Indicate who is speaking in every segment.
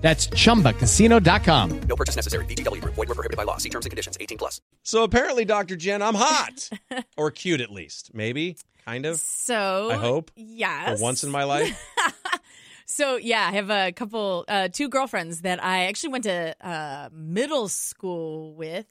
Speaker 1: That's chumbacasino.com.
Speaker 2: No purchase necessary. VGW Group. Void were prohibited by law. See terms and conditions. 18 plus.
Speaker 3: So apparently, Dr. Jen, I'm hot or cute at least. Maybe, kind of.
Speaker 4: So
Speaker 3: I hope.
Speaker 4: Yes.
Speaker 3: For once in my life.
Speaker 4: So yeah, I have a couple, uh, two girlfriends that I actually went to uh, middle school with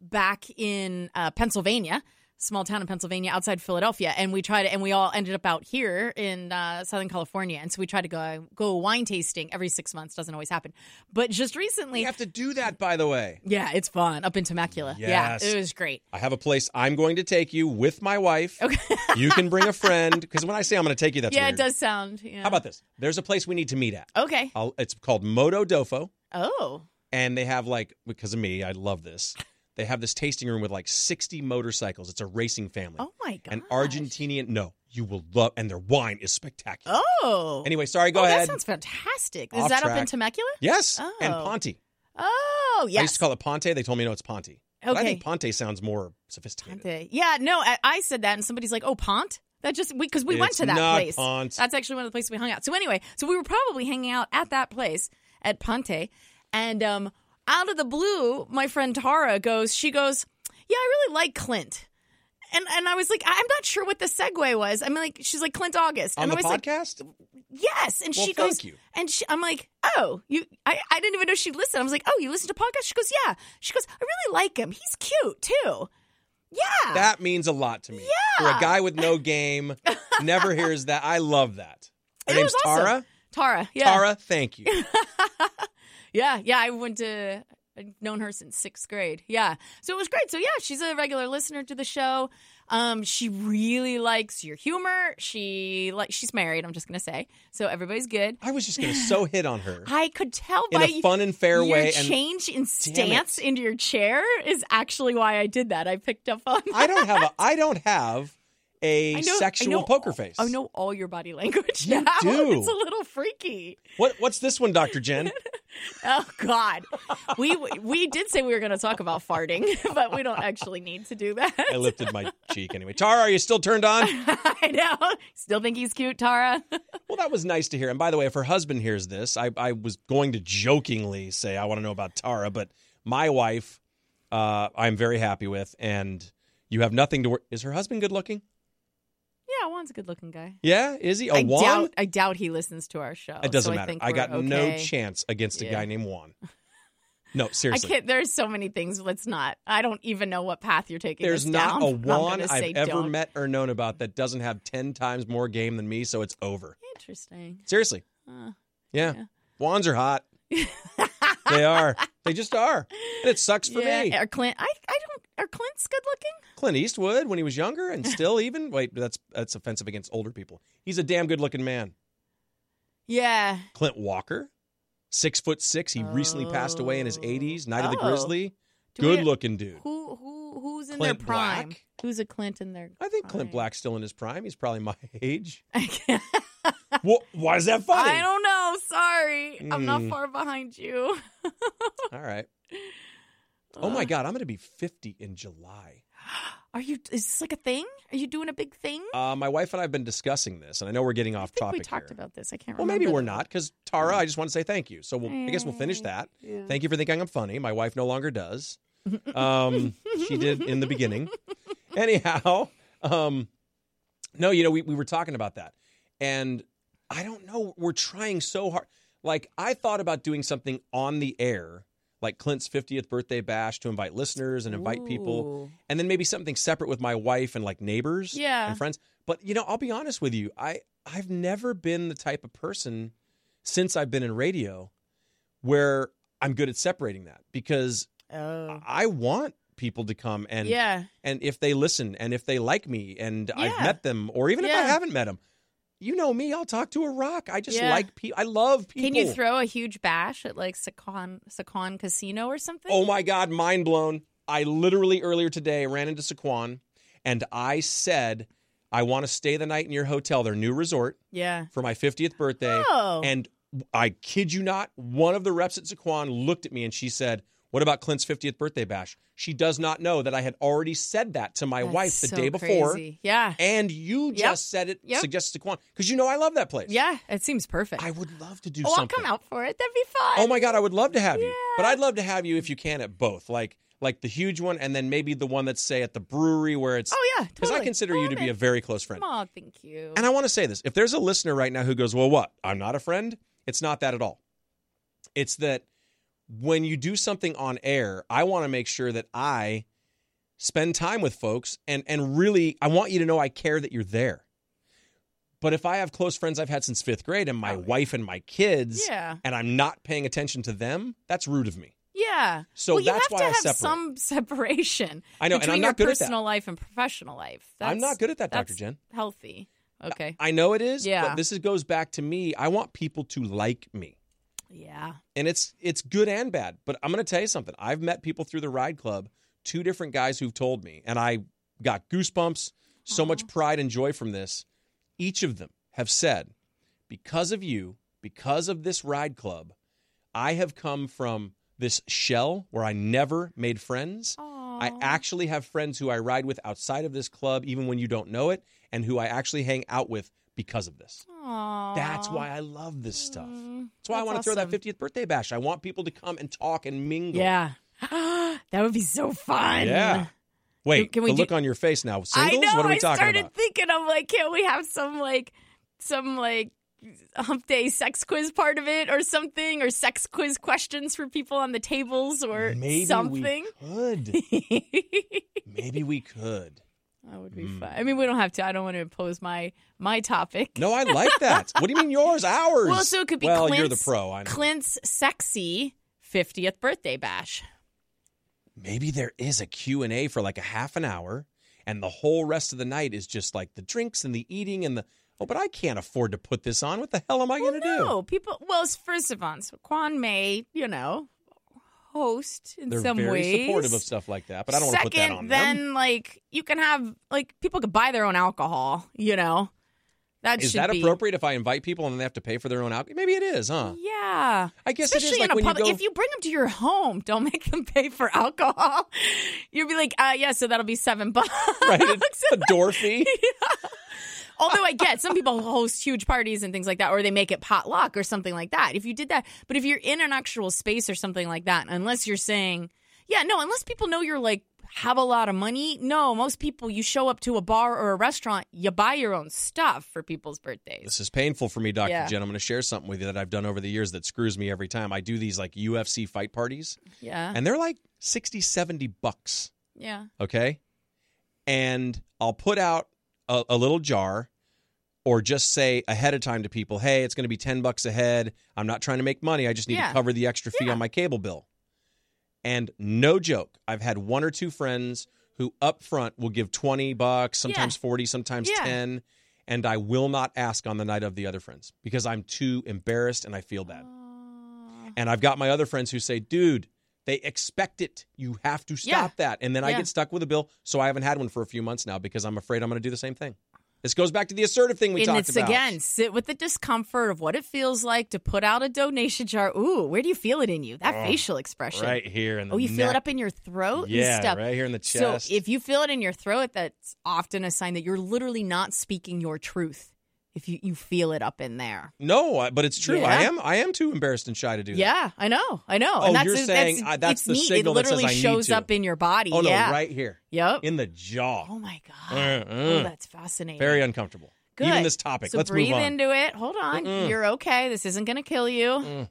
Speaker 4: back in uh, Pennsylvania, small town in Pennsylvania outside Philadelphia, and we tried and we all ended up out here in uh, Southern California, and so we tried to go go wine tasting every six months. Doesn't always happen, but just recently,
Speaker 3: You have to do that, by the way.
Speaker 4: yeah, it's fun up in Temecula.
Speaker 3: Yes.
Speaker 4: Yeah, it was great.
Speaker 3: I have a place I'm going to take you with my wife. Okay. you can bring a friend because when I say I'm going to take you, that's
Speaker 4: yeah,
Speaker 3: weird.
Speaker 4: it does sound. Yeah.
Speaker 3: How about this? There's a place we need to meet at.
Speaker 4: Okay.
Speaker 3: I'll, it's called Moto Dofo,
Speaker 4: Oh,
Speaker 3: and they have like because of me, I love this. They have this tasting room with like 60 motorcycles. It's a racing family.
Speaker 4: oh my god.
Speaker 3: An Argentinian, no, you will love, and their wine is spectacular.
Speaker 4: Oh.
Speaker 3: Anyway, sorry. Go
Speaker 4: oh,
Speaker 3: ahead.
Speaker 4: That sounds fantastic. Is
Speaker 3: Off
Speaker 4: that up in
Speaker 3: track.
Speaker 4: Temecula?
Speaker 3: yes, and
Speaker 4: Oh.
Speaker 3: Ponte.
Speaker 4: Oh, yes.
Speaker 3: I used to call it Ponte. They told me no, it's Ponte. But I
Speaker 4: Okay.
Speaker 3: think Ponte sounds more sophisticated.
Speaker 4: Ponte. Yeah, no, I, I said that, and somebody's like, "Oh, Pont." That just because we, went
Speaker 3: It's
Speaker 4: to that
Speaker 3: not
Speaker 4: place.
Speaker 3: Pont.
Speaker 4: That's actually one of the places we hung out. So anyway, so we were probably hanging out at that place at Ponte, and um, out of the blue, my friend Tara goes. She goes, "Yeah, I really like Clint." And, and I was like, I- I'm not sure what the segue was. I'm like, she's like Clint August.
Speaker 3: On
Speaker 4: and
Speaker 3: the
Speaker 4: I was like,
Speaker 3: podcast,
Speaker 4: yes. And
Speaker 3: Well,
Speaker 4: she
Speaker 3: thank
Speaker 4: goes,
Speaker 3: you.
Speaker 4: and she, I'm like, oh, you, I, I didn't even know she listened. I was like, oh, you listen to podcasts? She goes, yeah. She goes, I really like him. He's cute too. Yeah.
Speaker 3: that means a lot to me. Yeah. For a guy with no game, never hears that. I love that. Her
Speaker 4: It
Speaker 3: name's
Speaker 4: was awesome.
Speaker 3: Tara.
Speaker 4: Tara. Yeah.
Speaker 3: Tara, thank you.
Speaker 4: Yeah. Yeah. I went to, I've known her since sixth grade. Yeah. So it was great. So yeah, she's a regular listener to the show. Um, she really likes your humor. She like she's married. I'm just gonna say. So everybody's good.
Speaker 3: I was just going to so hit on her
Speaker 4: I could tell
Speaker 3: in
Speaker 4: by
Speaker 3: a fun and fair
Speaker 4: your
Speaker 3: way. And
Speaker 4: change in stance
Speaker 3: it.
Speaker 4: into your chair is actually why I did that. I picked up on.
Speaker 3: I don't have a I don't have a
Speaker 4: I know- I
Speaker 3: sexual
Speaker 4: know- Oh,
Speaker 3: poker face.
Speaker 4: I know all your body language
Speaker 3: You
Speaker 4: now.
Speaker 3: do.
Speaker 4: It's a little freaky.
Speaker 3: What what's this one, Dr. Jen?
Speaker 4: Oh God, we we did say we were going to talk about farting, but we don't actually need to do that.
Speaker 3: I lifted my cheek anyway. Tara, are you still turned on?
Speaker 4: I know. Still think he's cute, Tara.
Speaker 3: Well, that was nice to hear. And by the way, if her husband hears this, I, I was going to jokingly say I want to know about Tara, but my wife, uh, I'm very happy with, and you have nothing to worry. Is her husband good looking?
Speaker 4: Yeah, Juan's a good-looking guy.
Speaker 3: Yeah, is he a
Speaker 4: I
Speaker 3: Juan?
Speaker 4: doubt I doubt he listens to our show.
Speaker 3: it doesn't
Speaker 4: so I
Speaker 3: matter.
Speaker 4: think
Speaker 3: I,
Speaker 4: we're
Speaker 3: got no
Speaker 4: okay.
Speaker 3: chance against a
Speaker 4: Yeah.
Speaker 3: guy named Juan. No,
Speaker 4: I
Speaker 3: seriously.
Speaker 4: can't. There's so many things. Let's not. I don't even know what path you're taking.
Speaker 3: There's
Speaker 4: us
Speaker 3: not
Speaker 4: down.
Speaker 3: a
Speaker 4: I'm gonna
Speaker 3: Juan
Speaker 4: say
Speaker 3: I've ever
Speaker 4: don't.
Speaker 3: met or known about that doesn't have 10 times more game than me, so it's over.
Speaker 4: Interesting.
Speaker 3: Seriously.
Speaker 4: Huh.
Speaker 3: yeah. Juans are hot. they are. They just are. And it sucks for
Speaker 4: yeah.
Speaker 3: me.
Speaker 4: Are Clint? I I don't. Are Clint's good looking?
Speaker 3: Clint Eastwood when he was younger and still even wait that's that's offensive against older people. He's a damn good looking man.
Speaker 4: Yeah.
Speaker 3: Clint Walker, six foot six. He recently passed away in his
Speaker 4: Oh.
Speaker 3: eighties. Night of the
Speaker 4: Oh.
Speaker 3: Grizzly,
Speaker 4: Do we-
Speaker 3: good looking dude.
Speaker 4: Who who who's in
Speaker 3: Clint
Speaker 4: their prime?
Speaker 3: Black?
Speaker 4: Who's a Clint in their?
Speaker 3: I think Clint
Speaker 4: prime?
Speaker 3: Black's still in his prime. He's probably my age.
Speaker 4: I can't-
Speaker 3: Wha why is that funny?
Speaker 4: I don't know. Sorry, I'm not
Speaker 3: Mm.
Speaker 4: far behind you.
Speaker 3: All right. Oh my God, I'm going to be 50 in July.
Speaker 4: Are you? Is this like a thing? Are you doing a big thing?
Speaker 3: Uh, my wife and I have been discussing this, and I know we're getting
Speaker 4: I
Speaker 3: off
Speaker 4: think
Speaker 3: topic
Speaker 4: we talked
Speaker 3: here.
Speaker 4: about this. I can't.
Speaker 3: Well,
Speaker 4: remember
Speaker 3: maybe we're
Speaker 4: though.
Speaker 3: not because Tara. I just want to say thank you. So we'll, I guess we'll finish that. Thank you for thinking I'm funny. My wife no longer does. Um, she did in the beginning. Anyhow, um, no, you know we we were talking about that, and I don't know. We're trying so hard. Like I thought about doing something on the air, like Clint's 50th birthday bash, to invite listeners and invite people
Speaker 4: Ooh.
Speaker 3: and then maybe something separate with my wife and like neighbors
Speaker 4: Yeah.
Speaker 3: and friends. But you know, I'll be honest with you, I I've never been the type of person since I've been in radio where I'm good at separating that because
Speaker 4: Oh.
Speaker 3: I want people to come uh, and
Speaker 4: yeah.
Speaker 3: and if they listen and if they like me and I've
Speaker 4: Yeah.
Speaker 3: met them or even if I
Speaker 4: Yeah.
Speaker 3: haven't met them, you know me, I'll talk to a rock. I just
Speaker 4: Yeah.
Speaker 3: like people. I love people.
Speaker 4: Can you throw a huge bash at like Sakan Sakan Casino or something?
Speaker 3: Oh my Oh god, mind blown. I literally earlier today ran into Saquon and I said, I want to stay the night in your hotel, their new resort,
Speaker 4: Yeah.
Speaker 3: for my 50th birthday.
Speaker 4: Oh.
Speaker 3: And I kid you not, one of the reps at Saquon looked at me and she said, What about Clint's 50th birthday bash? She does not know that I had already said that to my
Speaker 4: That's
Speaker 3: wife the
Speaker 4: so
Speaker 3: day before.
Speaker 4: crazy. Yeah.
Speaker 3: And you just said it,
Speaker 4: Yep.
Speaker 3: suggested Saquon, because you know I love that place.
Speaker 4: Yeah. It seems perfect.
Speaker 3: I would love to do
Speaker 4: oh, I'll
Speaker 3: something.
Speaker 4: come out for it. That'd be fun.
Speaker 3: Oh my god, I would love to have you. But I'd love to have you if you can at both. Like like the huge one and then maybe the one that's say at the brewery where it's
Speaker 4: Oh, yeah.
Speaker 3: Because
Speaker 4: totally.
Speaker 3: I consider
Speaker 4: Oh,
Speaker 3: you to
Speaker 4: I'm
Speaker 3: be a
Speaker 4: in.
Speaker 3: very close friend.
Speaker 4: Aw, thank you.
Speaker 3: And I want to say this. If there's a listener right now who goes, "Well, what? I'm not a friend." It's not that at all. It's that when you do something on air, I want to make sure that I spend time with folks and and really I want you to know I care that you're there. But if I have close friends I've had since 5th grade and my wife and my kids
Speaker 4: Oh, Yeah.
Speaker 3: and I'm not paying attention to them, that's rude of me.
Speaker 4: Yeah.
Speaker 3: So
Speaker 4: well, you
Speaker 3: that's
Speaker 4: have
Speaker 3: why
Speaker 4: to
Speaker 3: I
Speaker 4: have
Speaker 3: separate.
Speaker 4: some separation.
Speaker 3: I know, and
Speaker 4: between
Speaker 3: I'm not
Speaker 4: your
Speaker 3: good at that.
Speaker 4: personal life and professional life. That's,
Speaker 3: I'm not good at that, Dr.
Speaker 4: that's
Speaker 3: Jen.
Speaker 4: Healthy. Okay.
Speaker 3: I know it is,
Speaker 4: Yeah.
Speaker 3: but this is, goes back to me. I want people to like me.
Speaker 4: yeah.
Speaker 3: And it's it's good and bad. But I'm going to tell you something. I've met people through the ride club, two different guys who've told me, and I got goosebumps, so much pride and joy from this. Each of them have said, because of you, because of this ride club, I have come from this shell where I never made friends. I actually have friends who I ride with outside of this club, even when you don't know it, and who I actually hang out with because of this.
Speaker 4: Aw. Mm.
Speaker 3: That's why I love this stuff. That's why I
Speaker 4: that's
Speaker 3: want to throw that
Speaker 4: awesome.
Speaker 3: 50th birthday bash. I want people to come and talk and mingle.
Speaker 4: Yeah. that would be so fun.
Speaker 3: Yeah. Wait,
Speaker 4: Can- can we
Speaker 3: the
Speaker 4: do-
Speaker 3: look on your face now.
Speaker 4: I
Speaker 3: Singles?
Speaker 4: know.
Speaker 3: what are we
Speaker 4: I
Speaker 3: talking
Speaker 4: started
Speaker 3: about?
Speaker 4: thinking. I'm like, can we have some like, some like hump day sex quiz part of it or something, or sex quiz questions for people on the tables or
Speaker 3: Maybe
Speaker 4: something?
Speaker 3: we could. Maybe we could.
Speaker 4: That would be
Speaker 3: Hmm.
Speaker 4: fun. I mean, we don't have to. I don't want to impose my my topic.
Speaker 3: No, I like that. what do you mean yours? Ours?
Speaker 4: Well, so it could be
Speaker 3: Well,
Speaker 4: Clint's,
Speaker 3: you're the pro. I know.
Speaker 4: Clint's sexy 50th birthday bash.
Speaker 3: Maybe there is a Q&A for like a half an hour and the whole rest of the night is just like the drinks and the eating and the Oh, but I can't afford to put this on. What the hell am I going to
Speaker 4: No, people. Well, it's first of all, so Quan may, you know, host in
Speaker 3: do? They're
Speaker 4: some
Speaker 3: very
Speaker 4: ways.
Speaker 3: supportive of stuff like that, but I don't want to
Speaker 4: Second,
Speaker 3: put that on
Speaker 4: then
Speaker 3: them.
Speaker 4: like you can have like people could buy their own alcohol. You know, that
Speaker 3: Is
Speaker 4: should
Speaker 3: that
Speaker 4: be-
Speaker 3: appropriate if I invite people and then they have to pay for their own alcohol? Maybe it is, huh?
Speaker 4: Yeah.
Speaker 3: I guess it is
Speaker 4: Especially
Speaker 3: like
Speaker 4: in
Speaker 3: when
Speaker 4: a public,
Speaker 3: you go.
Speaker 4: if you bring them to your home, don't make them pay for alcohol. You'll be like, uh, yeah, so that'll be seven bucks.
Speaker 3: right, it's a door fee.
Speaker 4: Although I get some people host huge parties and things like that, or they make it potluck or something like that. If you did that, but if you're in an actual space or something like that, unless you're saying, yeah, no, unless people know you're like have a lot of money, no, most people you show up to a bar or a restaurant, you buy your own stuff for people's birthdays.
Speaker 3: This is painful for me, Dr.
Speaker 4: Yeah.
Speaker 3: Jen. I'm going to share something with you that I've done over the years that screws me every time. I do these like UFC fight parties,
Speaker 4: Yeah,
Speaker 3: and they're like 60, 70 bucks,
Speaker 4: yeah,
Speaker 3: okay? And I'll put out a, a little jar or just say ahead of time to people, hey, it's going to be 10 bucks a head. I'm not trying to make money. I just need
Speaker 4: Yeah.
Speaker 3: to cover the extra fee on my cable bill. And no joke, I've had one or two friends who up front will give 20 bucks, sometimes 40, sometimes
Speaker 4: Yeah.
Speaker 3: 10, and I will not ask on the night of the other friends because I'm too embarrassed and I feel bad. And I've got my other friends who say, "Dude, they expect it. You have to stop
Speaker 4: Yeah.
Speaker 3: that." And then I
Speaker 4: Yeah.
Speaker 3: get stuck with a bill, so I haven't had one for a few months now because I'm afraid I'm going to do the same thing. This goes back to the assertive thing we
Speaker 4: and
Speaker 3: talked
Speaker 4: it's
Speaker 3: about.
Speaker 4: again sit with the discomfort of what it feels like to put out a donation jar. Ooh, where do you feel it in you? That facial expression.
Speaker 3: Oh, right here in the
Speaker 4: Oh, you feel it
Speaker 3: neck.
Speaker 4: up in your throat
Speaker 3: Yeah,
Speaker 4: and stuff.
Speaker 3: right here in the chest.
Speaker 4: So if you feel it in your throat, that's often a sign that you're literally not speaking your truth. If you, you feel it up in there.
Speaker 3: No, I- but it's true. I
Speaker 4: Yeah.
Speaker 3: am. I am too embarrassed and shy to do that.
Speaker 4: Yeah, I know. I know.
Speaker 3: Oh,
Speaker 4: and that's,
Speaker 3: you're saying,
Speaker 4: that's,
Speaker 3: uh, that's
Speaker 4: it's
Speaker 3: the
Speaker 4: neat.
Speaker 3: signal
Speaker 4: it
Speaker 3: that says
Speaker 4: literally
Speaker 3: I need
Speaker 4: shows
Speaker 3: to.
Speaker 4: up in your body.
Speaker 3: Oh no,
Speaker 4: yeah.
Speaker 3: right here
Speaker 4: Yep.
Speaker 3: in the jaw.
Speaker 4: oh my god.
Speaker 3: Uh,
Speaker 4: Oh,
Speaker 3: uh.
Speaker 4: that's fascinating.
Speaker 3: Very uncomfortable.
Speaker 4: Good.
Speaker 3: Even this topic.
Speaker 4: So
Speaker 3: Let's
Speaker 4: breathe
Speaker 3: move on.
Speaker 4: into it. Hold on. You're okay. This isn't going to kill you.
Speaker 3: Mm.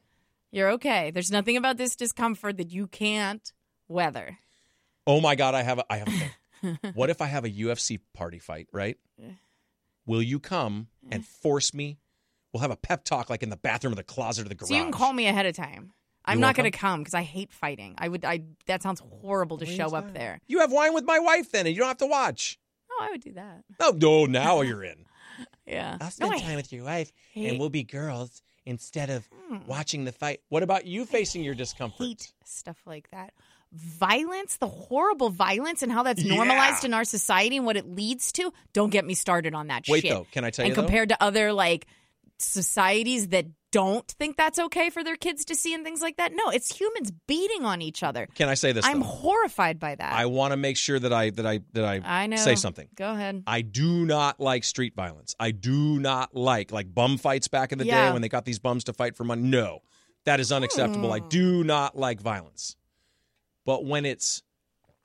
Speaker 4: You're okay. There's nothing about this discomfort that you can't weather.
Speaker 3: oh my god, I have. A, I have. A thing. what if I have a UFC party fight? Right? Will you come and force me? We'll have a pep talk like in the bathroom or the closet or the garage.
Speaker 4: So you can call me ahead of time. I'm
Speaker 3: You
Speaker 4: not
Speaker 3: won't
Speaker 4: going to come because I hate fighting. I would. I that sounds horrible to show up there.
Speaker 3: You have wine with my wife then, and you don't have to watch.
Speaker 4: Oh, I would do that.
Speaker 3: Oh no, now you're in.
Speaker 4: Yeah.
Speaker 5: I'll spend
Speaker 4: no, I-
Speaker 5: time with your wife,
Speaker 4: hate-
Speaker 5: and we'll be girls instead of
Speaker 3: Watching the fight. What about you facing your discomfort?
Speaker 4: hate stuff like that. violence, the horrible violence, and how that's
Speaker 3: Yeah.
Speaker 4: normalized in our society and what it leads to. Don't get me started on that
Speaker 3: Wait
Speaker 4: shit.
Speaker 3: though, can I tell
Speaker 4: and
Speaker 3: you though?
Speaker 4: compared to other like societies that don't think that's okay for their kids to see and things like that. No, it's humans beating on each other.
Speaker 3: Can I say this?
Speaker 4: I'm
Speaker 3: though?
Speaker 4: horrified by that.
Speaker 3: I want to make sure that I that I that I,
Speaker 4: I know.
Speaker 3: say something.
Speaker 4: Go ahead.
Speaker 3: I do not like street violence. I do not like like bum fights back in the day
Speaker 4: Yeah.
Speaker 3: when they got these bums to fight for money. No, that is unacceptable.
Speaker 4: Hmm.
Speaker 3: I do not like violence. But when it's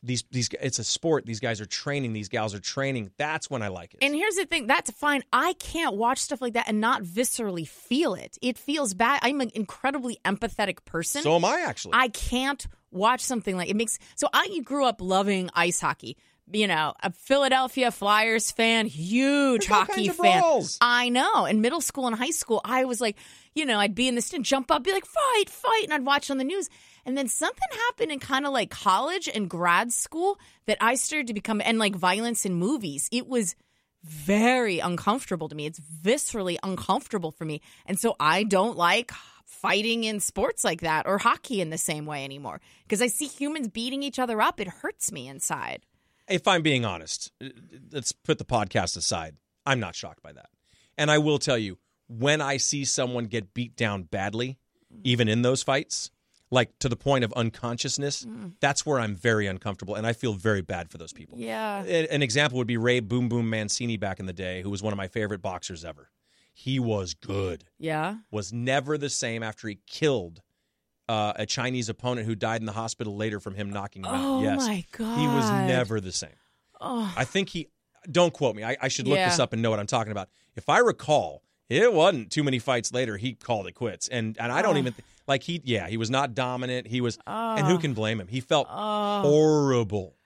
Speaker 3: these these it's a sport. These guys are training. These gals are training. That's when I like it.
Speaker 4: And here's the thing, that's fine. I can't watch stuff like that and not viscerally feel it. It feels bad. I'm an incredibly empathetic person.
Speaker 3: so am I actually.
Speaker 4: I can't watch something like it makes so I grew up loving ice hockey. You know, a Philadelphia Flyers fan, huge
Speaker 3: There's all
Speaker 4: hockey
Speaker 3: kinds of
Speaker 4: fan.
Speaker 3: brawls.
Speaker 4: I know. In middle school and high school, I was like, you know, I'd be in the stand, jump up, be like, fight, fight, and I'd watch on the news. And then something happened in kind of like college and grad school that I started to become and like violence in movies. It was very uncomfortable to me. It's viscerally uncomfortable for me. And so I don't like fighting in sports like that or hockey in the same way anymore because I see humans beating each other up. It hurts me inside.
Speaker 3: if I'm being honest, let's put the podcast aside. I'm not shocked by that. And I will tell you, when I see someone get beat down badly, even in those fights, like to the point of unconsciousness, that's where I'm very uncomfortable and I feel very bad for those people.
Speaker 4: Yeah.
Speaker 3: A- An example would be Ray Boom Boom Mancini back in the day, who was one of my favorite boxers ever. He was good
Speaker 4: Yeah.
Speaker 3: was never the same after he killed uh, a Chinese opponent who died in the hospital later from him knocking him out.
Speaker 4: Oh,
Speaker 3: Yes,
Speaker 4: my
Speaker 3: he was
Speaker 4: God.
Speaker 3: never the same.
Speaker 4: Oh.
Speaker 3: I think he. Don't quote me. I, I should look
Speaker 4: Yeah.
Speaker 3: this up and know what I'm talking about. If I recall, it wasn't too many fights later he called it quits, and and I don't
Speaker 4: Oh.
Speaker 3: even th- like he. Yeah, he was not dominant. He was, and
Speaker 4: Ah.
Speaker 3: who can blame him? He felt
Speaker 4: Oh.
Speaker 3: horrible.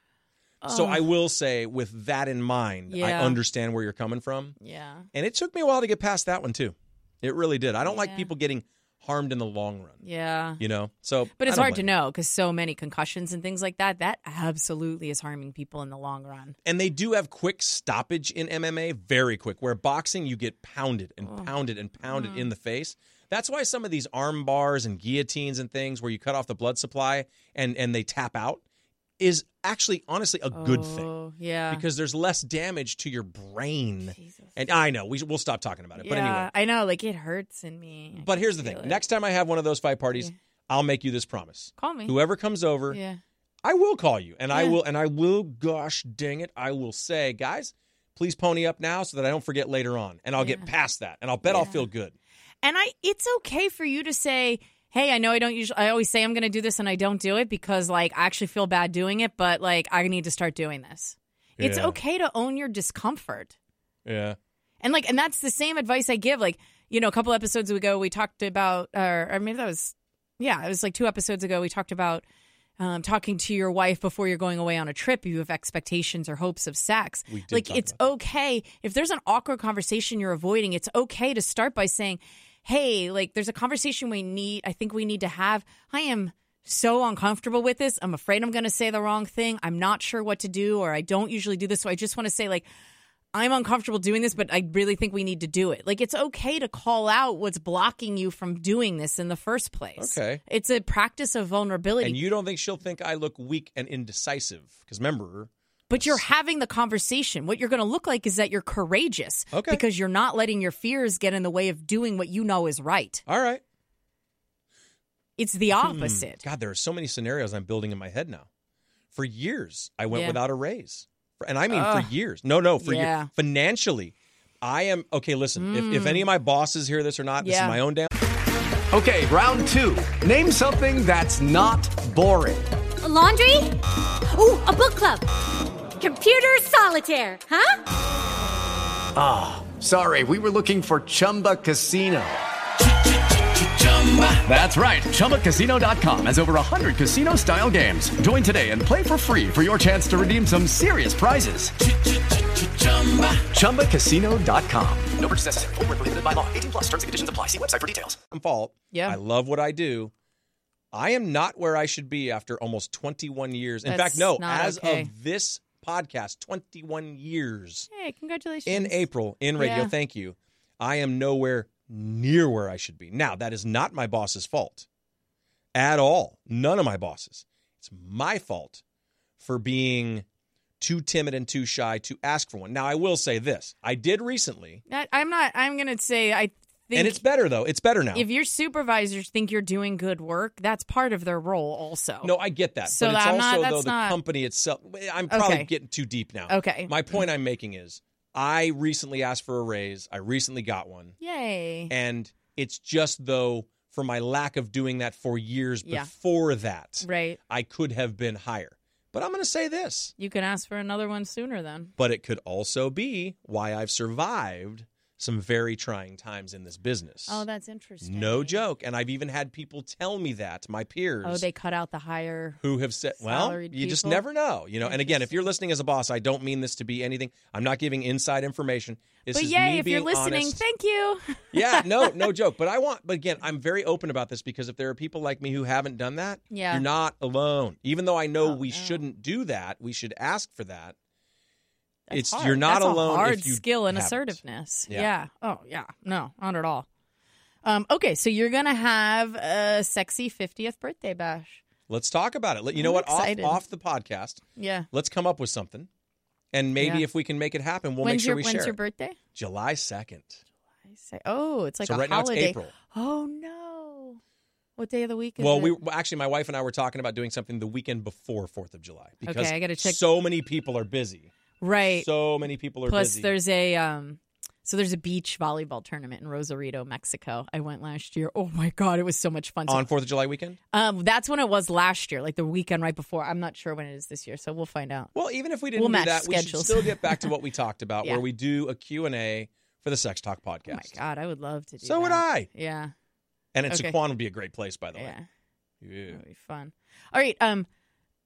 Speaker 3: So
Speaker 4: Oh.
Speaker 3: I will say, with that in mind,
Speaker 4: Yeah.
Speaker 3: I understand where you're coming from.
Speaker 4: Yeah.
Speaker 3: And it took me a while to get past that one too. It really did. I don't like
Speaker 4: Yeah.
Speaker 3: people getting harmed in the long run.
Speaker 4: Yeah.
Speaker 3: You know, so
Speaker 4: But
Speaker 3: I
Speaker 4: it's
Speaker 3: don't
Speaker 4: hard to
Speaker 3: blame
Speaker 4: know because so many concussions and things like that, that absolutely is harming people in the long run.
Speaker 3: them. And they do have quick stoppage in MMA, very quick. Where boxing, you get pounded and
Speaker 4: Oh.
Speaker 3: pounded and pounded in the face. That's why some of these arm bars and guillotines and things, where you cut off the blood supply and and they tap out, is actually honestly a good thing
Speaker 4: Oh, Yeah.
Speaker 3: because there's less damage to your brain. And I know we we'll stop talking about it. But anyway,
Speaker 4: Yeah, I know. Like, it hurts in me. I
Speaker 3: But
Speaker 4: can
Speaker 3: here's the
Speaker 4: feel
Speaker 3: thing.
Speaker 4: it.
Speaker 3: Next time I have one of those fight parties, I'll make you this promise.
Speaker 4: Call me.
Speaker 3: Whoever comes over,
Speaker 4: Yeah.
Speaker 3: I will call you. And I
Speaker 4: Yeah.
Speaker 3: will and I will gosh dang it, I will say, guys, please pony up now so that I don't forget later on. And I'll get past that. And I'll bet I'll feel good.
Speaker 4: And I it's okay for you to say, "Hey, I know I don't usually I always say I'm going to do this and I don't do it because like I actually feel bad doing it, but like I need to start doing this." It's
Speaker 3: Yeah.
Speaker 4: okay to own your discomfort.
Speaker 3: Yeah.
Speaker 4: And like and that's the same advice I give like, you know, a couple episodes ago we talked about or, or maybe that was yeah, it was like two episodes ago we talked about um, talking to your wife before you're going away on a trip, you have expectations or hopes of sex.
Speaker 3: We did
Speaker 4: like
Speaker 3: talk
Speaker 4: it's okay if there's an awkward conversation you're avoiding. It's okay to start by saying, "Hey, like there's a conversation we need. I think we need to have. I am so uncomfortable with this. I'm afraid I'm going to say the wrong thing. I'm not sure what to do, or I don't usually do this, so I just want to say like." I'm uncomfortable doing this, but I really think we need to do it. Like, it's okay to call out what's blocking you from doing this in the first place.
Speaker 3: Okay.
Speaker 4: It's a practice of vulnerability.
Speaker 3: And you don't think she'll think I look weak and indecisive. Because remember,
Speaker 4: But you're having the conversation. What you're going to look like is that you're courageous
Speaker 3: Okay.
Speaker 4: because you're not letting your fears get in the way of doing what you know is right.
Speaker 3: all right.
Speaker 4: It's the
Speaker 3: Hmm.
Speaker 4: opposite.
Speaker 3: God, there are so many scenarios I'm building in my head now. For years, I went
Speaker 4: Yeah.
Speaker 3: without a raise. For- And I mean
Speaker 4: Ugh.
Speaker 3: for years. No, no, for yeah.
Speaker 4: Yeah. Mm.
Speaker 3: years. Financially, I am okay, listen, if, if any of my bosses hear this or not, this is
Speaker 4: Yeah.
Speaker 3: my own damn
Speaker 5: Okay, round two. Name something that's not boring.
Speaker 6: A laundry? Ooh, a book club. Computer solitaire, huh?
Speaker 5: Sorry, we were looking for Chumba Casino. That's right. ChumbaCasino.com has over 100 casino style games. Join today and play for free for your chance to redeem some serious prizes. ChumbaCasino.com. No purchase necessary. Void where prohibited by law. 18 plus terms and conditions apply. See website for details.
Speaker 3: fault.
Speaker 4: Yeah.
Speaker 3: I love what I do. I am not where I should be after almost 21 years. In
Speaker 4: That's
Speaker 3: fact, no,
Speaker 4: not
Speaker 3: as
Speaker 4: okay.
Speaker 3: of this podcast, 21 years
Speaker 4: Hey, congratulations.
Speaker 3: in April in radio.
Speaker 4: Yeah.
Speaker 3: Thank you. I am nowhere near where I should be. Now, that is not my boss's fault at all. None of my bosses. It's It's my fault for being too timid and too shy to ask for one. Now, I will say this I did recently,
Speaker 4: That, I'm not. I'm gonna say I think
Speaker 3: and it's better though. It's better now.
Speaker 4: if your supervisors think you're doing good work, that's part of their role also.
Speaker 3: No, I get that.
Speaker 4: Oh. So
Speaker 3: but it's
Speaker 4: I'm
Speaker 3: also
Speaker 4: not-
Speaker 3: though
Speaker 4: that's
Speaker 3: the
Speaker 4: not-
Speaker 3: company itself. I'm probably
Speaker 4: Okay.
Speaker 3: getting too deep now.
Speaker 4: Okay.
Speaker 3: My point I'm making is I recently asked for a raise. I recently got one.
Speaker 4: Yay.
Speaker 3: And it's just though for my lack of doing that for years
Speaker 4: Yeah.
Speaker 3: before that,
Speaker 4: right.
Speaker 3: I could have been higher. But I'm going to say this.
Speaker 4: You can ask for another one sooner then.
Speaker 3: But it could also be why I've survived some very trying times in this business.
Speaker 4: Oh, that's interesting.
Speaker 3: no joke. And I've even had people tell me that, my peers
Speaker 4: Oh, they cut out the higher.
Speaker 3: who have said, well, you
Speaker 4: Salaried
Speaker 3: just
Speaker 4: people?
Speaker 3: never know, you know. And again, if you're listening as a boss, I don't mean this to be anything. I'm not giving inside information. This
Speaker 4: but
Speaker 3: is
Speaker 4: yay,
Speaker 3: me
Speaker 4: if you're
Speaker 3: being
Speaker 4: listening,
Speaker 3: honest.
Speaker 4: thank you.
Speaker 3: yeah, no, no joke. But I want, but again, I'm very open about this because if there are people like me who haven't done that,
Speaker 4: Yeah. Oh,
Speaker 3: you're not alone. Even though I know we shouldn't do that, we should ask for that.
Speaker 4: That's
Speaker 3: it's
Speaker 4: hard.
Speaker 3: you're not
Speaker 4: That's
Speaker 3: alone.
Speaker 4: A hard
Speaker 3: if you
Speaker 4: skill and
Speaker 3: haven't.
Speaker 4: assertiveness.
Speaker 3: Yeah.
Speaker 4: Yeah. Oh yeah. No, not at all. Um, okay, so you're gonna have a sexy 50th birthday bash.
Speaker 3: Let's talk about it. Let- You know
Speaker 4: I'm
Speaker 3: what? Off,
Speaker 4: excited.
Speaker 3: off the podcast,
Speaker 4: Yeah.
Speaker 3: let's come up with something, and maybe
Speaker 4: Yeah.
Speaker 3: if we can make it happen, we'll make
Speaker 4: when's
Speaker 3: sure
Speaker 4: your
Speaker 3: we
Speaker 4: When's
Speaker 3: share.
Speaker 4: your
Speaker 3: it.
Speaker 4: birthday?
Speaker 3: July second.
Speaker 4: I say, oh, it's like
Speaker 3: So
Speaker 4: a
Speaker 3: right now it's
Speaker 4: holiday.
Speaker 3: April.
Speaker 4: Oh no. What day of the week is
Speaker 3: Well,
Speaker 4: it?
Speaker 3: we well, actually, my wife and I were talking about doing something the weekend before Fourth of July because
Speaker 4: Okay, I gotta check-
Speaker 3: So many people are busy.
Speaker 4: right.
Speaker 3: So many people are
Speaker 4: Plus,
Speaker 3: busy.
Speaker 4: there's a um, so there's a beach volleyball tournament in Rosarito, Mexico. I went last year. Oh my god, it was so much fun. So,
Speaker 3: on Fourth of July weekend.
Speaker 4: um, that's when it was last year, like the weekend right before. I'm not sure when it is this year, so we'll find out. Oh
Speaker 3: Well, even if we didn't
Speaker 4: We'll
Speaker 3: do
Speaker 4: match
Speaker 3: that, we should
Speaker 4: schedules.
Speaker 3: still get back to what we talked about,
Speaker 4: Yeah.
Speaker 3: where we do a Q and A for the Sex Talk podcast.
Speaker 4: Oh my god, I would love to do.
Speaker 3: So would
Speaker 4: that.
Speaker 3: I.
Speaker 4: Yeah,
Speaker 3: And it's
Speaker 4: Okay.
Speaker 3: Quan would be a great place, by the
Speaker 4: yeah,
Speaker 3: way. Yeah.
Speaker 4: that'd be fun. All right, um,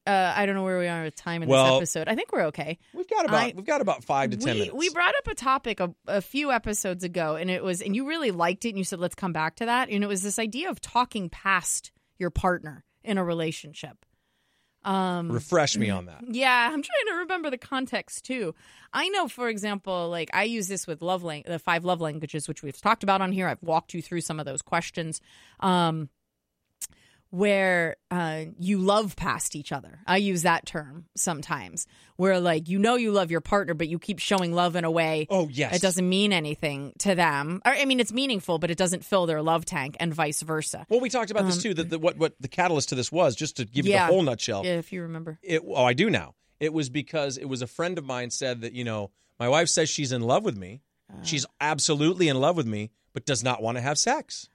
Speaker 4: uh, I don't know where we are with time in
Speaker 3: Well-
Speaker 4: this episode. I think we're okay.
Speaker 3: We've got about
Speaker 4: I-
Speaker 3: we've got about five to ten
Speaker 4: we,
Speaker 3: minutes.
Speaker 4: we brought up a topic a, a few episodes ago, and it was, and you really liked it, and you said, let's come back to that. And it was this idea of talking past your partner in a relationship. Um,
Speaker 3: Refresh me on that.
Speaker 4: yeah, I'm trying to remember the context too. I know, for example, like I use this with love lang- the five love languages, which we've talked about on here. I've walked you through some of those questions, um, where uh, you love past each other. I use that term sometimes, where like you know you love your partner, but you keep showing love in a way
Speaker 3: Oh yes,
Speaker 4: it doesn't mean anything to them. Or I mean, it's meaningful, but it doesn't fill their love tank, and vice versa.
Speaker 3: Well, we talked about this too. That the, what what the catalyst to this was, just to give
Speaker 4: Um, Yeah.
Speaker 3: you the whole nutshell.
Speaker 4: If you remember,
Speaker 3: it oh i do now it was because it was a friend of mine said that you know my wife says she's in love with me
Speaker 4: Ah.
Speaker 3: she's absolutely in love with me but does not want to have sex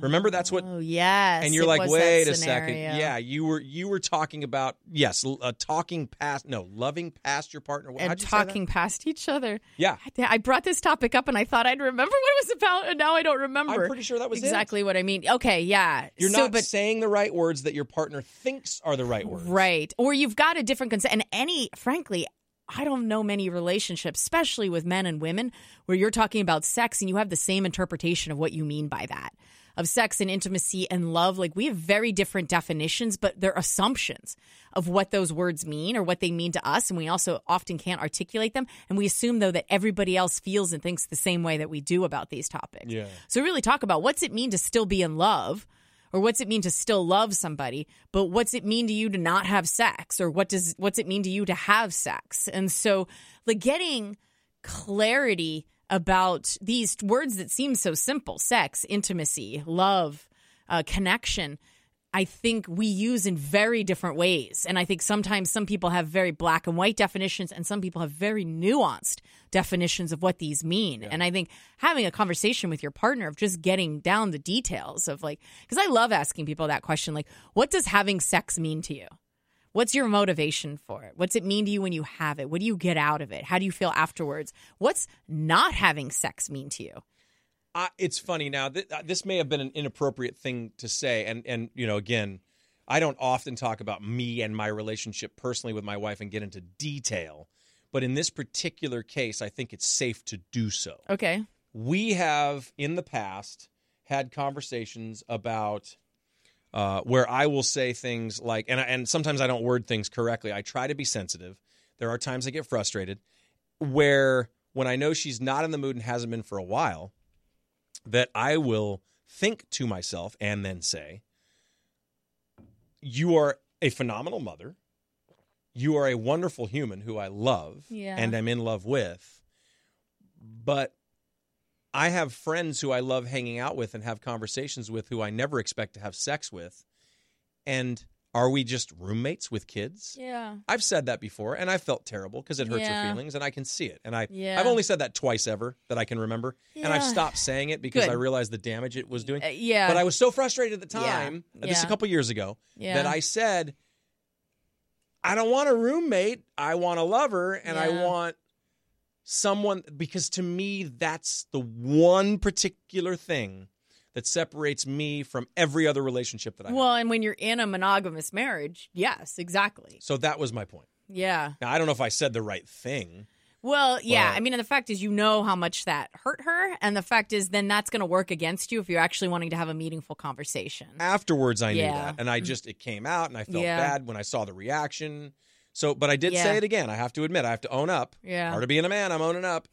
Speaker 3: remember that's what
Speaker 4: oh yes,
Speaker 3: and you're
Speaker 4: it
Speaker 3: like
Speaker 4: was that
Speaker 3: wait a second
Speaker 4: scenario.
Speaker 3: yeah you were you were talking about yes l- uh, talking past no loving past your partner How'd
Speaker 4: and
Speaker 3: you say that?
Speaker 4: talking past each other.
Speaker 3: yeah
Speaker 4: I- I brought this topic up and I thought I'd remember what it was about, and now I don't remember.
Speaker 3: i'm pretty sure that was it.
Speaker 4: exactly what I mean. Okay, yeah.
Speaker 3: you're
Speaker 4: so,
Speaker 3: not
Speaker 4: but,
Speaker 3: saying the right words that your partner thinks are the right words
Speaker 4: right, or you've got a different consent. And any, frankly, I don't know many relationships, especially with men and women, where you're talking about sex and you have the same interpretation of what you mean by that. Of sex and intimacy and love, like we have very different definitions, but they're assumptions of what those words mean or what they mean to us. And we also often can't articulate them. And we assume, though, that everybody else feels and thinks the same way that we do about these topics.
Speaker 3: Yeah.
Speaker 4: So really talk about what's it mean to still be in love or what's it mean to still love somebody, but what's it mean to you to not have sex or what does what's it mean to you to have sex? And so like getting clarity about these words that seem so simple, sex, intimacy, love, uh, connection. I think we use in very different ways. And I think sometimes some people have very black and white definitions, and some people have very nuanced definitions of what these mean. And I think having a conversation with your partner of just getting down the details of like, because I love asking people that question like, what does having sex mean to you? What's your motivation for it? What's it mean to you when you have it? What do you get out of it? How do you feel afterwards? What's not having sex mean to you?
Speaker 3: I, it's funny now. Th- uh, this may have been an inappropriate thing to say, and and you know, again, I don't often talk about me and my relationship personally with my wife and get into detail, but in this particular case, I think it's safe to do so.
Speaker 4: Okay.
Speaker 3: We have in the past had conversations about uh, where I will say things like, and I, and sometimes I don't word things correctly. I try to be sensitive. There are times I get frustrated where when I know she's not in the mood and hasn't been for a while, that I will think to myself and then say, "You are a phenomenal mother. You are a wonderful human who I love
Speaker 4: Yeah.
Speaker 3: and I'm in love with. But I have friends who I love hanging out with and have conversations with who I never expect to have sex with. And are we just roommates with kids?
Speaker 4: Yeah.
Speaker 3: I've said that before and I felt terrible because it hurts
Speaker 4: Yeah.
Speaker 3: your feelings and I can see it. And I
Speaker 4: Yeah.
Speaker 3: I've only said that twice ever that I can remember. And I've
Speaker 4: Yeah.
Speaker 3: stopped saying it because
Speaker 4: Good.
Speaker 3: I realized the damage it was doing.
Speaker 4: Uh, yeah.
Speaker 3: But I was so frustrated at the
Speaker 4: Yeah.
Speaker 3: time, at least a
Speaker 4: Yeah.
Speaker 3: couple years ago,
Speaker 4: Yeah.
Speaker 3: that I said, I don't want a roommate. I want a lover and I
Speaker 4: Yeah.
Speaker 3: want someone because to me, that's the one particular thing that separates me from every other relationship that I have.
Speaker 4: Well, and when you're in a monogamous marriage, yes, exactly.
Speaker 3: So that was my point.
Speaker 4: Yeah.
Speaker 3: Now, I don't know if I said the right thing.
Speaker 4: Well, yeah.
Speaker 3: Well-
Speaker 4: I mean, and the fact is, you know how much that hurt her, and the fact is, then that's going to work against you if you're actually wanting to have a meaningful conversation.
Speaker 3: afterwards I knew
Speaker 4: Yeah.
Speaker 3: that. And I just it came out and I felt
Speaker 4: Yeah.
Speaker 3: bad when I saw the reaction. So but I did
Speaker 4: Yeah.
Speaker 3: say it again. I have to admit, I have to own up.
Speaker 4: Yeah.
Speaker 3: Part of being a man, I'm owning up.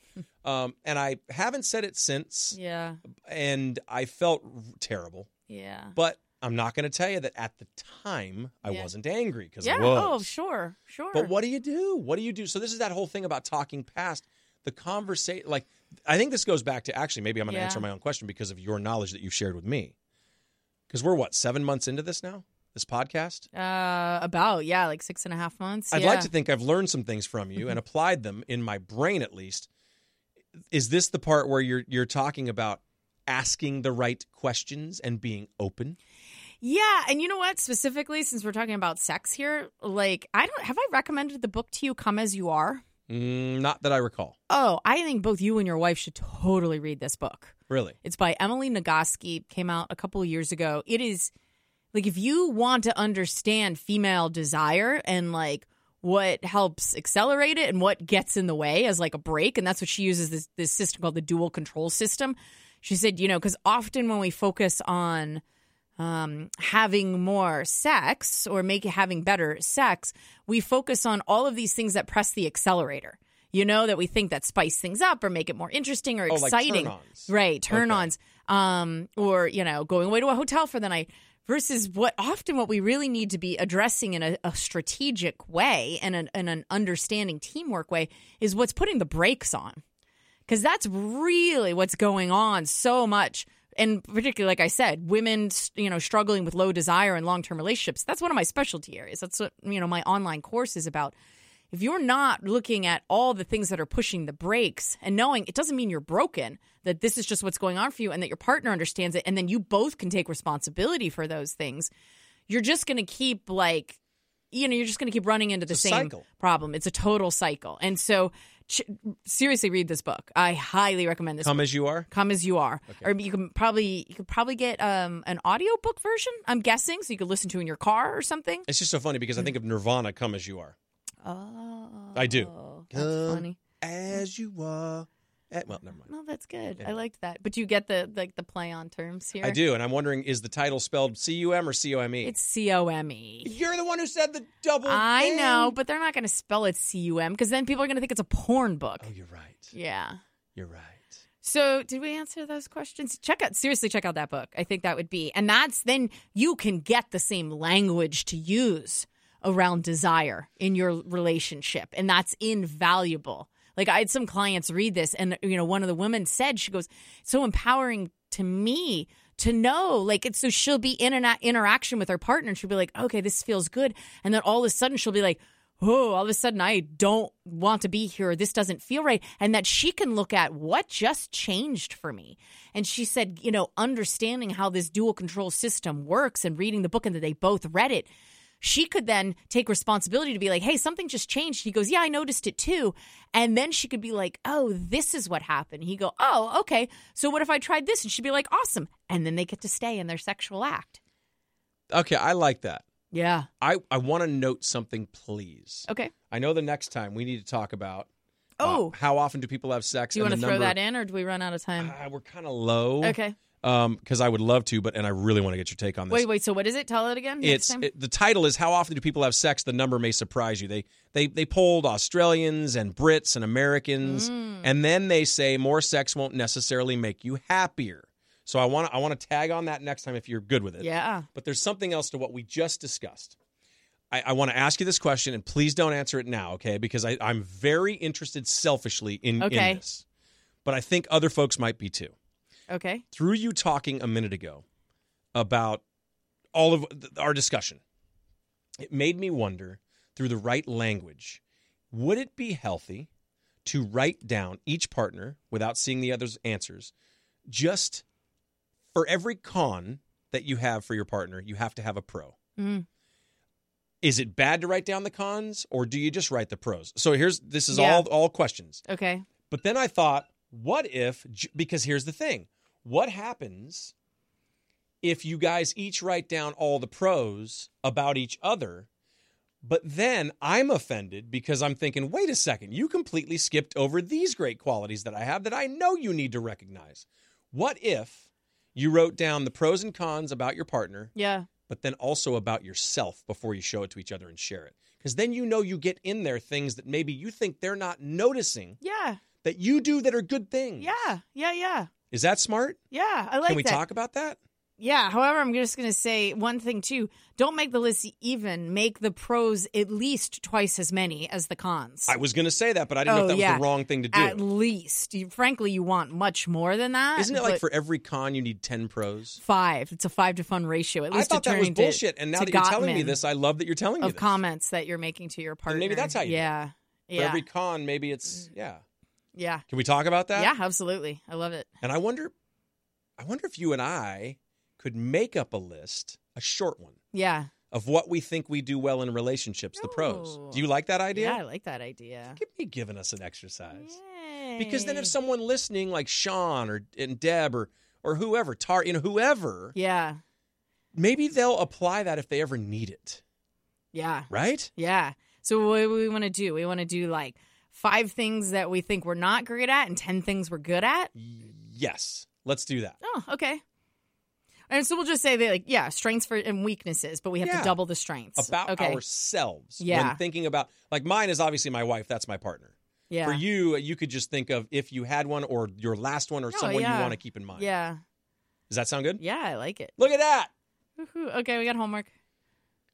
Speaker 3: Um, and I haven't said it since
Speaker 4: Yeah.
Speaker 3: and I felt r- terrible.
Speaker 4: Yeah.
Speaker 3: But I'm not gonna tell you that at the time I
Speaker 4: Yeah.
Speaker 3: wasn't angry because
Speaker 4: Yeah.
Speaker 3: I was.
Speaker 4: Oh, sure. Sure.
Speaker 3: But what do you do? What do you do? So this is that whole thing about talking past the conversation. Like, I think this goes back to actually maybe I'm going to
Speaker 4: Yeah.
Speaker 3: answer my own question because of your knowledge that you shared with me. Because we're what seven months into this now, this podcast.
Speaker 4: Uh, about yeah, like six and a half months.
Speaker 3: I'd
Speaker 4: yeah. Mm-hmm.
Speaker 3: like to think I've learned some things from you and applied them in my brain at least. Is this the part where you're you're talking about asking the right questions and being open?
Speaker 4: Yeah, and you know what? Specifically, since we're talking about sex here, like I don't have I recommended the book to you, "Come as You Are."
Speaker 3: Mm, not that I recall.
Speaker 4: Oh, I think both you and your wife should totally read this book.
Speaker 3: Really?
Speaker 4: It's by Emily Nagoski. Came out a couple of years ago. It is like if you want to understand female desire and like what helps accelerate it and what gets in the way as like a break, and that's what she uses this this system called the dual control system. She said, you know, because often when we focus on um, having more sex or make having better sex, we focus on all of these things that press the accelerator. You know that we think that spice things up or make it more interesting or
Speaker 3: Oh, like
Speaker 4: exciting,
Speaker 3: turn-ons.
Speaker 4: right? Turn ons, um, or you know, going away to a hotel for the night. Versus what often what we really need to be addressing in a, a strategic way and an, and an understanding teamwork way is what's putting the brakes on because that's really what's going on so much and particularly like i said women you know struggling with low desire and long-term relationships that's one of my specialty areas that's what you know my online course is about if you're not looking at all the things that are pushing the brakes and knowing it doesn't mean you're broken that this is just what's going on for you and that your partner understands it and then you both can take responsibility for those things you're just going to keep like you know you're just going to keep running into the
Speaker 3: It's a
Speaker 4: same
Speaker 3: cycle.
Speaker 4: problem it's a total cycle and so ch- seriously read this book i highly recommend this
Speaker 3: Come
Speaker 4: book.
Speaker 3: as you are.
Speaker 4: come as you are or you can probably you could probably get um, an audiobook version i'm guessing so you could listen to in your car or something
Speaker 3: It's just so funny because I
Speaker 4: Mm.
Speaker 3: think of Nirvana. Come as you are.
Speaker 4: oh
Speaker 3: I Uh, do.
Speaker 4: that's
Speaker 3: Come
Speaker 4: funny
Speaker 3: As you are. Eh, Well, never mind.
Speaker 4: no that's good i liked that but you get the like the play on terms here
Speaker 3: I do, and I'm wondering is the title spelled C U M or C O M E?
Speaker 4: it's c-o-m-e
Speaker 3: You're the one who said the double.
Speaker 4: E. I
Speaker 3: thing.
Speaker 4: know, but they're not going to spell it C U M because then people are going to think it's a porn book.
Speaker 3: Oh, you're right.
Speaker 4: Yeah.
Speaker 3: You're right.
Speaker 4: So, did we answer those questions? Check out seriously, check out that book. I think that would be, and that's then you can get the same language to use around desire in your relationship, and that's invaluable. Like I had some clients read this, and you know, one of the women said she goes, "It's "So empowering to me." To know, like, it's so she'll be in an a- interaction with her partner and she'll be like, okay, this feels good. And then all of a sudden she'll be like, oh, all of a sudden I don't want to be here. This doesn't feel right. And that she can look at what just changed for me. And she said, you know, understanding how this dual control system works and reading the book and that they both read it. She could then take responsibility to be like, hey, something just changed. He goes, yeah, I noticed it too. And then she could be like, oh, this is what happened. He go, oh, okay. So what if I tried this? And she'd be like, awesome. And then they get to stay in their sexual act.
Speaker 3: Okay, I like that.
Speaker 4: Yeah.
Speaker 3: I, I want to note something, please.
Speaker 4: Okay.
Speaker 3: I know the next time we need to talk about uh,
Speaker 4: Oh,
Speaker 3: how often do people have sex?
Speaker 4: do you
Speaker 3: and
Speaker 4: want to
Speaker 3: the
Speaker 4: throw
Speaker 3: number-
Speaker 4: that in or do we run out of time?
Speaker 3: Ah, we're kind of low.
Speaker 4: okay.
Speaker 3: Because I would love to, but and I really want to get your take on this.
Speaker 4: Wait, wait. So what is it? Tell it again. next
Speaker 3: it's
Speaker 4: time?
Speaker 3: it, the title is how often do people have sex the number may surprise you they they they polled australians and brits and americans and then they say more sex won't necessarily make you happier so i want to i want to tag on that next time if you're good with it
Speaker 4: yeah.
Speaker 3: but there's something else to what we just discussed I, I want to ask you this question, and please don't answer it now, okay? Because I, I'm very interested selfishly in,
Speaker 4: Okay.
Speaker 3: in this. But I think other folks might be too.
Speaker 4: Okay.
Speaker 3: Through you talking a minute ago about all of th- our discussion, it made me wonder through the right language would it be healthy to write down each partner without seeing the other's answers? Just for every con that you have for your partner, you have to have a pro
Speaker 4: Mm.
Speaker 3: is it bad to write down the cons or do you just write the pros so here's this is
Speaker 4: Yeah.
Speaker 3: all all questions
Speaker 4: Okay.
Speaker 3: but then i thought what if j- because here's the thing what happens if you guys each write down all the pros about each other but then i'm offended because i'm thinking wait a second you completely skipped over these great qualities that i have that i know you need to recognize what if you wrote down the pros and cons about your partner
Speaker 4: Yeah.
Speaker 3: but then also about yourself before you show it to each other and share it. Because then you know you get in there things that maybe you think they're not noticing
Speaker 4: Yeah.
Speaker 3: that you do that are good things.
Speaker 4: Yeah. Yeah. Yeah.
Speaker 3: Is that smart?
Speaker 4: Yeah. I like
Speaker 3: Can we
Speaker 4: that.
Speaker 3: talk about that?
Speaker 4: Yeah. However, I'm just going to say one thing too. Don't make the list even. Make the pros at least twice as many as the cons.
Speaker 3: I was going to say that, but I didn't know
Speaker 4: Oh,
Speaker 3: if that
Speaker 4: yeah.
Speaker 3: was the wrong thing to do.
Speaker 4: at least. You, frankly, you want much more than that.
Speaker 3: Isn't it like
Speaker 4: but
Speaker 3: for every con you need 10 pros?
Speaker 4: five? It's a five to fun ratio. At
Speaker 3: I
Speaker 4: least
Speaker 3: thought that was
Speaker 4: according to-
Speaker 3: bullshit. and now
Speaker 4: to
Speaker 3: that you're telling me
Speaker 4: Gottman
Speaker 3: this, I love that you're telling me
Speaker 4: of
Speaker 3: this.
Speaker 4: comments that you're making to your partner.
Speaker 3: maybe that's how you do it.
Speaker 4: Yeah.
Speaker 3: For
Speaker 4: Yeah.
Speaker 3: every con, maybe it's, yeah.
Speaker 4: yeah.
Speaker 3: Can we talk about that?
Speaker 4: Yeah. Absolutely. I love it.
Speaker 3: And I wonder, I wonder if you and I could make up a list, a short one.
Speaker 4: Yeah.
Speaker 3: of what we think we do well in relationships, the pros.
Speaker 4: No.
Speaker 3: Do you like that idea?
Speaker 4: Yeah. I like that idea.
Speaker 3: Give me giving us an exercise.
Speaker 4: Yay.
Speaker 3: Because then if someone listening like Sean or and Deb or or whoever, Tar, you know, whoever,
Speaker 4: Yeah.
Speaker 3: maybe they'll apply that if they ever need it,
Speaker 4: Yeah.
Speaker 3: right?
Speaker 4: Yeah. So what do we want to do? We want to do like five things that we think we're not great at and 10 things we're good at.
Speaker 3: Yes. Let's do that.
Speaker 4: Oh, okay. And so we'll just say that like yeah, strengths for and weaknesses, but we have
Speaker 3: Yeah.
Speaker 4: to double the strengths.
Speaker 3: About
Speaker 4: okay.
Speaker 3: ourselves
Speaker 4: Yeah.
Speaker 3: when thinking about like mine is obviously my wife, that's my partner.
Speaker 4: yeah.
Speaker 3: For you, you could just think of if you had one or your last one or
Speaker 4: Oh,
Speaker 3: someone
Speaker 4: yeah.
Speaker 3: you want to keep in mind.
Speaker 4: Yeah.
Speaker 3: Does that sound good?
Speaker 4: Yeah, I like it.
Speaker 3: Look at that.
Speaker 4: Woohoo. Okay, we got homework.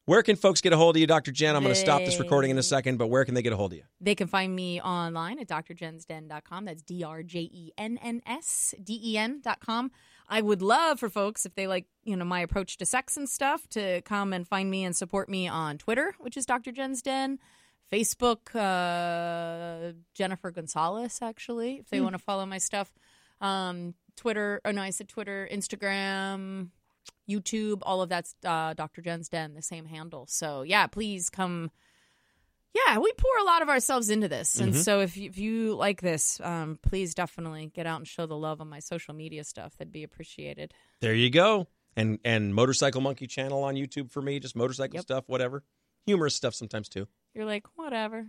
Speaker 3: Where can folks get a hold of you, Dr. Jen? I'm going to stop this
Speaker 4: They-
Speaker 3: recording in a second, but where can they get a hold of you?
Speaker 4: They can find me online at drjensden.com. That's D R J E N N S D E N.com. I would love for folks, if they like, you know, my approach to sex and stuff, to come and find me and support me on Twitter, which is Dr. Jen's Den, Facebook, uh, Jennifer Gonzalez, actually, if they want to follow my stuff. Um, Twitter, oh no, I said Twitter, Instagram, YouTube, all of that's uh, Dr. Jen's Den, the same handle. So yeah, please come. Yeah, we pour a lot of ourselves into this, and so if you, if you like this, um, please definitely get out and show the love on my social media stuff. That'd be appreciated.
Speaker 3: There you go. And and Motorcycle Monkey channel on YouTube for me, just motorcycle
Speaker 4: Yep.
Speaker 3: stuff, whatever. Humorous stuff sometimes too.
Speaker 4: You're like whatever.